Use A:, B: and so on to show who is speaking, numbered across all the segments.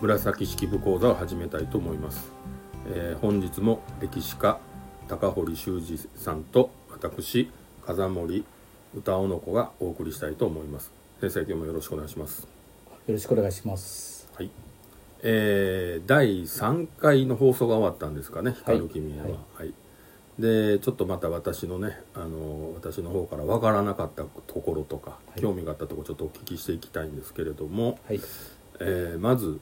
A: 紫式部講座を始めたいと思います、えー本日も歴史家高堀修二さんと私風森歌尾の子がお送りしたいと思います先生今日もよろしくお願いします
B: よろしくお願いします。
A: はいえー第3回の放送が終わったんですかね「光る君へは」は
B: はい
A: いでちょっとまた私のねあの私の方から分からなかったところとか、
B: い
A: 興味があったところちょっとお聞きしていきたいんですけれども、
B: はい。
A: えーまず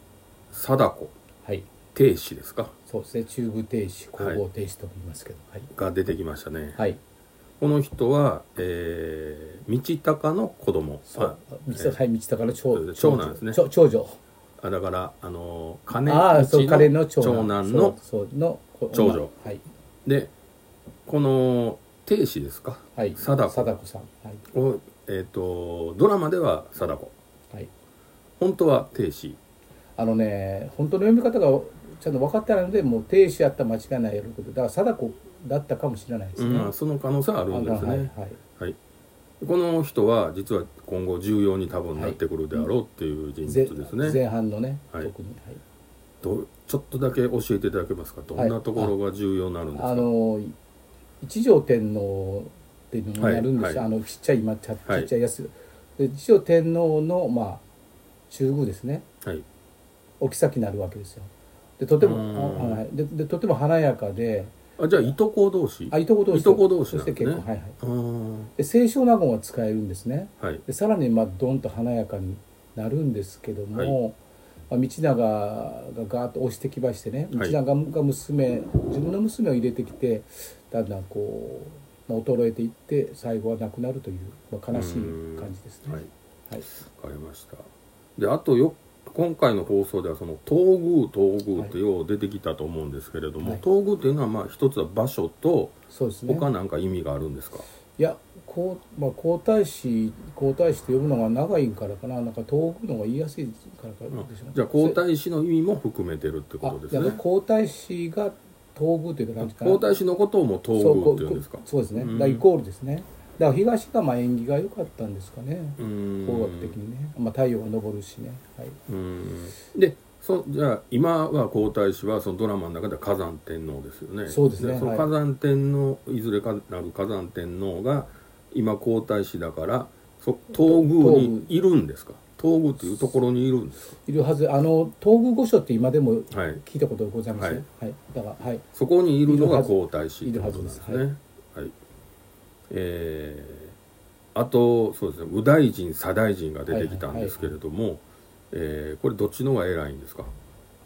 A: 貞子
B: はい。
A: 亭主ですか
B: そうですね。中部停止、後方停止とも言いますけど。はい。
A: が出てきましたね、
B: はい。
A: この人は、えー、道高の子供
B: そう。道
A: えー
B: 高、はい、道高の
A: そう
B: 長
A: です長男ですね
B: 長長女。
A: あだからあの金
B: ああ、そう、
A: 持ち
B: 彼の長男。
A: 長男の
B: そう、そうのこ
A: 長女
B: まあはい。
A: でこの亭主ですか
B: はい。
A: 貞子
B: 貞子さん。はい。
A: を、えー、とドラマでは貞子
B: はい。
A: 本当は亭主
B: あのね、本当の読み方がちゃんと分かってないので、もう停止やったら間違いないやること。だから貞子だったかもしれないですね。
A: まあ、その可能性はあるんですね、
B: は
A: はいい。
B: はい。
A: この人は実は今後重要に多分なってくるであろうっていう人物
B: ぜ
A: ですね、
B: 前半のね、
A: はい
B: 特に。はい。
A: どちょっとだけ教えていただけますかどんなところが重要になるんですか、
B: あの一条天皇っていうのになるんで
A: は
B: すよ、
A: いはい
B: あのちっちゃい今ちゃち
A: はい
B: っちゃいやつ、で一条天皇のまあ中宮ですね
A: はい
B: お妃になるわけですよでとても
A: うん
B: あはいででとても華やかで
A: あじゃあいとこ同士
B: あいとこ同士
A: いとこ同士
B: そ
A: なん
B: し
A: で
B: て
A: す
B: 結
A: ね
B: 構はいはい
A: あー
B: で清少納言は使えるんですね
A: はい
B: でさらにまあドンと華やかになるんですけども、まあ、道長がガーッと押してきましてね道
A: はい
B: 長が娘自分の娘を入れてきてだんだんこう、まあ、衰えていって最後は亡くなるという、まあ、悲しい感じですね。
A: はい
B: はい
A: わかりましたであとよ今回の放送ではその東宮東宮ってよう出てきたと思うんですけれども、
B: はい
A: 東宮っていうのはまあ一つは場所と
B: そうですね
A: 他なんか意味があるんですか、
B: いやこう、まあ、皇太子皇太子と呼ぶのが長いからかななんか遠くの方が言いやすいからか
A: うん
B: でしょうね
A: じゃあ皇太子の意味も含めてるってことです
B: あいや
A: ね
B: 皇太子が東宮というかなんていうかな
A: 皇太子のことをもう東
B: そう
A: 宮
B: こ
A: っていうんですか
B: こそうですね、
A: うん
B: だからイコールですねだから東がまあ縁起が良かったんですかね
A: うーん
B: 工学的にね、まあ、太陽が昇るしね、はい、
A: うんでそじゃあ今は皇太子はそのドラマの中では火山天皇ですよね
B: そうですね
A: その
B: はい
A: 火山天皇、い、ずれかなる火山天皇が今皇太子だからそ東宮にいるんですか東宮というところにいるんですか
B: いるはずあの東宮御所って今でも
A: はい
B: 聞いたことございますね、はいだからはい
A: そこにいるのが皇太子っ
B: い
A: て
B: る
A: こ
B: は
A: と
B: ず
A: なん
B: いるはずで
A: ですすねはい、えーあとそうですね右大臣左大臣が出てきたんですけれども、えーこれどっちの方が偉いんですか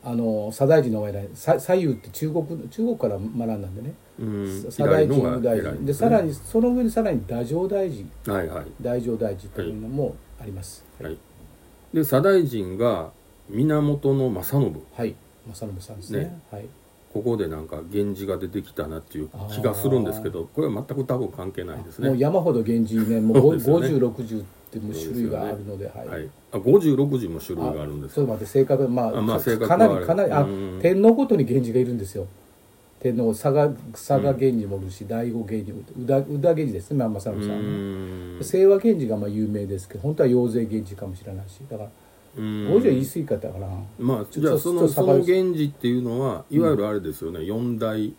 B: あの左大臣のお偉いさ左右って中国中国から学んだんでね
A: うん左
B: 左大臣
A: の
B: 右
A: 方が偉
B: 大
A: いん
B: 臣
A: で
B: です
A: ね
B: さらにその上にさらに太政大臣
A: はいはい
B: 太政大臣というのもあります
A: は
B: はいい、
A: で左大臣が源正信
B: はい、正信さんですね
A: ね
B: はい
A: ここでなんか源氏が出てきたなっていう気がするんですけどこれは全く多分関係ないです
B: もう
A: ね
B: 山ほど源氏ねもう
A: そうですよね
B: 5060ってもう種類があるのではい、
A: はい、あ5060時も種類があるんです
B: ちょっと待って正確まあ
A: あまあ
B: か
A: 正確は
B: か
A: あ
B: な
A: れ
B: りかなりあ
A: うん
B: 天皇ごとに源氏がいるんですよ天皇佐賀佐賀源氏もいるし、醍醐源氏もいる宇田宇田源氏ですねまあ正信
A: う
B: さん
A: ーん
B: 清和源氏がまあ有名ですけど本当は養生源氏かもしれないしだから
A: うーん
B: 五条言い過ぎ方かな、
A: まあ
B: ちょ
A: じゃあ
B: ち
A: そ
B: ょ
A: の
B: ちょ
A: そ
B: っと下が
A: の
B: る
A: 源氏っていうのはいわゆるあれですよね、四大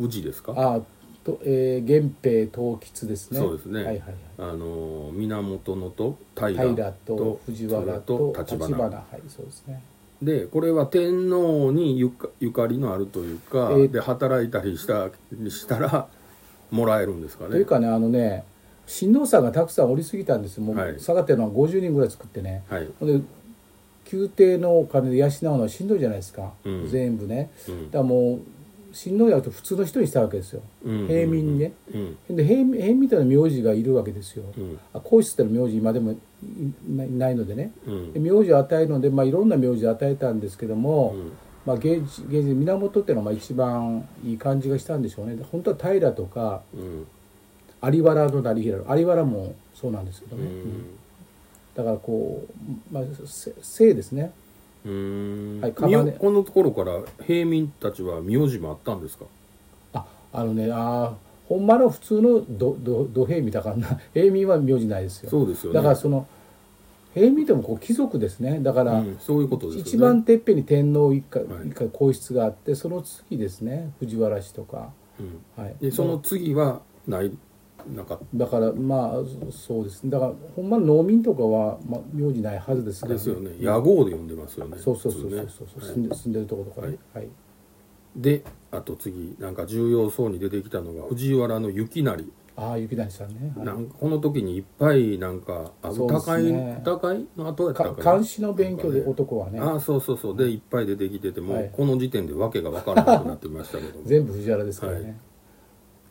A: 宇治ですかあ
B: あとえー源平東吉ですね
A: そうですね
B: はいはいはい
A: の源のと平
B: 平と藤原と
A: 立
B: 橘
A: 花
B: はいそうですね
A: でこれは天皇にゆかゆかりのあるというか、
B: えー
A: で働いたりしたしたらもらえるんですか
B: とい
A: ね
B: う。かねあのね親王さんがたくさんおりすぎたんですよもう、
A: はい
B: 佐賀っていうのは50人ぐらい作ってね
A: はい、
B: ほんで宮廷のお金で養うのはしんどいじゃないですか、
A: うん
B: 全部ね
A: うん
B: だからもう親王やると普通の人にしたわけですよ
A: うん
B: 平民ね
A: うん
B: で平民平民みたいな名字がいるわけですよ、
A: うん
B: あ皇室っての名字今でもいないないのでね
A: うん
B: で名字を与えるので、まあ、いろんな名字を与えたんですけども、
A: うん
B: まあ、源氏源氏源っていうのはまあ一番いい感じがしたんでしょうねで本当は平とか
A: うん
B: 有原の成平有原もそうなんですけど
A: う
B: ね、
A: ん
B: だからこう、まあ、せ姓ですね
A: うん
B: はい
A: みよ
B: 釜ね
A: このところから平民たちは名字もあったんですか
B: ああのねあーほんまの普 通のどど土平民だからな平民は名字ないですよ
A: そうですよね
B: だからその平民でもこう貴族ですねだから、
A: うんそういうことですよね
B: 一番てっぺんに天皇一家
A: はい
B: 一家皇室があってその次ですね藤原氏とか、
A: うん
B: はい、
A: でその次はないなかっ
B: だからまあそうですねだからほんま農民とかは、まあ、名字ないはずですか
A: た
B: ら、
A: ですよね野号で呼んでますよね
B: そうそうそうそうそう、
A: 普通ね
B: 住んで住んでるところとかね、はい
A: であと次なんか重要そうに出てきたのが藤原の雪成
B: ああ雪谷さんね、はい
A: なんかこの時にいっぱいなんかあ
B: そうです
A: 歌会、
B: ね
A: 歌会の後やった
B: か
A: かな
B: 監視の勉強で男はね
A: ああそうそうそうでいっぱい出てきてても、
B: はい
A: この時点で訳が分からなくなってましたけども
B: 全部藤原ですから
A: は
B: ね、
A: い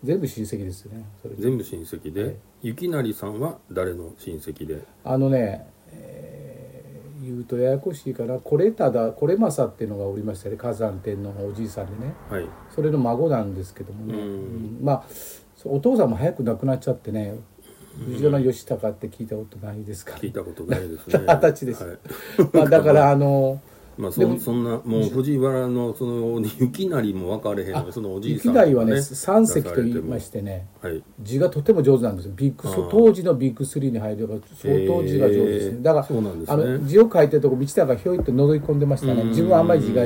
B: 全部親戚ですよねそれ
A: 全部親戚で、
B: はい
A: 雪成さんは誰の親戚で
B: あのね、えー言うとややこしいからこれただこれまさっていうのがおりましたね火山天皇のおじいさんでね
A: はい
B: それの孫なんですけどもね、
A: うん
B: うんまあそうお父さんも早く亡くなっちゃってね藤原義高って聞いたことないですから
A: 聞いたことないですね
B: 二十歳です
A: はい、
B: まあ、だからあの
A: まあ
B: で
A: そ
B: も
A: そんなもう藤原のその雪成も分かれへんのそのおじいさ
B: 雪
A: んとか
B: 台はね三席と言いましててね
A: はい
B: 字がとても上手なんですよビッグ
A: あ
B: そ
A: ー
B: 当時のビッグスリーに入れば相当字が上手です
A: へ
B: ね
A: ー
B: だから
A: そうなんです
B: あ
A: ね
B: の字を書いてるとこ道田がひょいっと覗き込んでましたね
A: うん
B: 自分はあんまり字が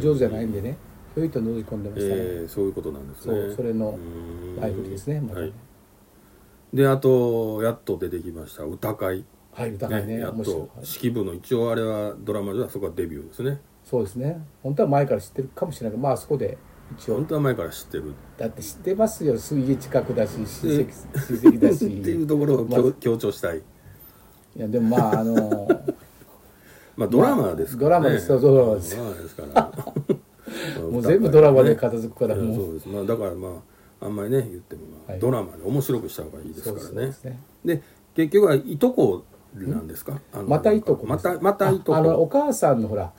B: 上手じゃないんでねひょいっと覗き込んでましたね、
A: えーそういうことなんですね
B: そうそれの
A: うん
B: ライブですねまたね
A: はい、であとやっと出てきました歌会
B: はい歌
A: ね
B: がね
A: やっ
B: 面白い
A: と式部の一応あれはドラマではそこはデビューですね
B: そうですね本当は前から知ってるかもしれないけどまああそこで一応
A: 本当は前から知ってる
B: だって知ってますよ水泳近くだし親
A: で
B: 戚親戚だ
A: って
B: し
A: いうところを強,、
B: まあ
A: 強調したい
B: いやでもまあ あの
A: まあドラマですから、ね
B: ドラマですそうそうドラマです
A: ドラマですから
B: もう全部ドラマで
A: 片
B: 片付くからもう
A: そうですまあだからまああんまりね言っても、まあ
B: はい
A: ドラマで面白くした方がいいですからね
B: そうですね
A: で結局はいとこなんですかあの
B: またいとこ
A: ま
B: です
A: たまたいとこ
B: ああのお母さんのほら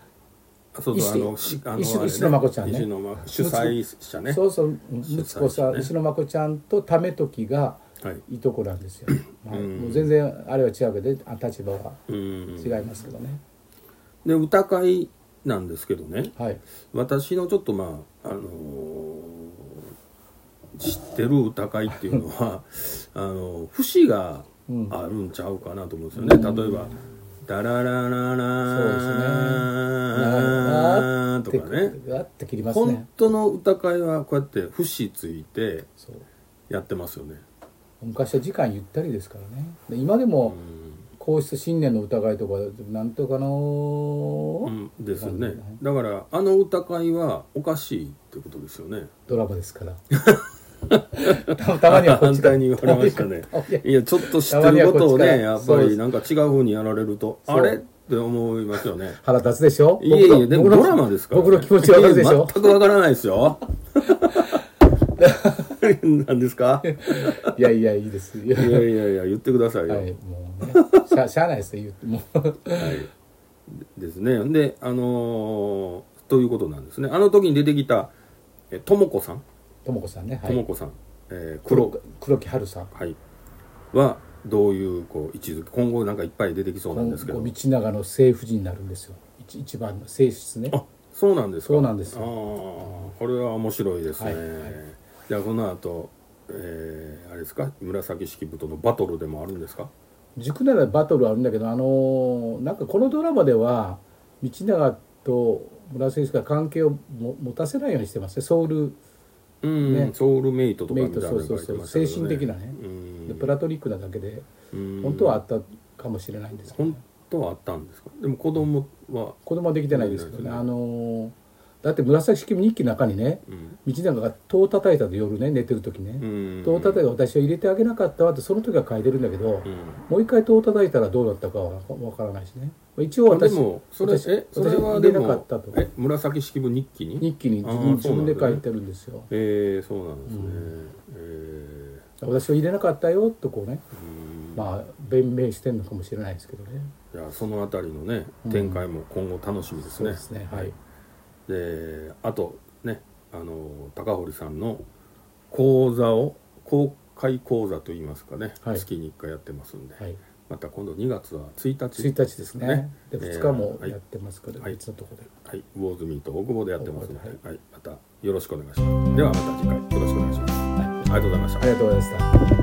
A: そうそう
B: 石
A: あのしあの
B: 石
A: あれ
B: 石野真子ちゃんね
A: 石野真子主催者ね
B: そうそう
A: 主催者ね
B: 息子さん、石野真子ちゃんと為時が
A: はい
B: いとこなんですよ、はい
A: うん
B: もう全然あれは違うけどあ立場は
A: うん
B: 違いますけどね、
A: で歌会なんですけどね
B: はい
A: 私のちょっとまああのー知ってる歌会っていうのは あの節が
B: うん
A: あるんちゃうかなと思うんですよね、例えば「ダララララー」とかね
B: ガって切りますね
A: 本当の歌会はこうやって節ついて
B: そう
A: やってますよね
B: 昔は時間ゆったりですからねで今でも皇室新年の疑いとかなんとかの、
A: うん、ですよね
B: 感じね
A: だからあの歌会はおかしいってことですよ ね
B: ドラマで すからたたまにはこっ
A: 反
B: ちが
A: 対に言われましたね
B: たまにはい
A: やちょっと知ってることを
B: たま
A: ね
B: に
A: や
B: はこっ
A: っ
B: ち
A: ぱ
B: からそうで
A: り
B: す
A: なんか違う方にやられると
B: そう
A: あれって思いますよね
B: 腹立つでしょ
A: いえいえでも
B: 僕の
A: ドラマですから、ね、
B: 僕の気持ちわかるでし
A: いや
B: ょ
A: 全くわからないです よ何ですか
B: いやいやいいですいや
A: いやいやいや言ってくださいよ、
B: はい、もうね、しゃ、しゃあないですよ、言ってもう。
A: ですねであのーということなんですねあの時に出てきたえともこさん
B: ともこさんね、は
A: とも
B: い。
A: こさん、えー黒
B: 黒木春さん。
A: はい、はどういうこう位置づけ今後なんかいっぱい出てきそうなん
B: 今
A: ですけど
B: 後道長の正婦人になるんですよ。一一番の正室ね。
A: あそうなんですか
B: そうなんです
A: ああ
B: よ
A: これは面白いですね、
B: はいはい
A: じゃあこの後、えーあれですか紫式部とのバトルでもあるんですか
B: 塾ならバトルはあるんだけど、あのーなんかこのドラマでは、道長と村瀬選手が関係をも持たせないようにしてますね。ソウル、
A: うん、
B: ね
A: ソウルメイトとか
B: メ
A: み
B: イ
A: た
B: ト
A: いなの書いてましたけど、
B: そうそうそう精神的なね
A: うん
B: でプラトリックなだけで、
A: うん
B: 本当はあったかもしれないんですけど、
A: 本当はあったんですかでも子供は、
B: 子供はできてないですけどね。
A: うん
B: あのーだって紫式部日記の中にね、
A: うん
B: 道長が戸を叩いたと夜ね、寝てる時ね。
A: うん
B: 戸を叩いた私は入れてあげなかったわってその時は書いてるんだけど、
A: うん
B: もう一回戸を叩いたらどうだったかはわからないしね一応
A: あで
B: 私
A: もそれ
B: 私
A: えそれ
B: 私
A: は
B: 入
A: で
B: れなか
A: も
B: ったと
A: え紫式部日記に
B: 日記に自
A: あ
B: 分
A: ーそう
B: 自
A: なん
B: 分
A: だ
B: で書いてるんですよ
A: えー、そうなんですね、え
B: 私は入れなかったよとこうね
A: ーうん
B: まあ弁明してんのかもしれないですけどね
A: いやそのあたりのね展開も今後楽しみです
B: そう
A: ね
B: で、すねはい
A: であとねあの高堀さんの講座を公開講座といいますかね、
B: はい
A: 月に1回やってますんで、
B: はい
A: また今度2月は1日
B: 1日ですねで
A: えー
B: 2日も
A: はい
B: やってますから、
A: はい
B: 別のところで
A: はい、ウォーズミート大久保でやってますので、
B: 大久保
A: はい、またよろしくお願いしますではまた次回よろしくお願いします、ありがとうございました
B: ありがとうございました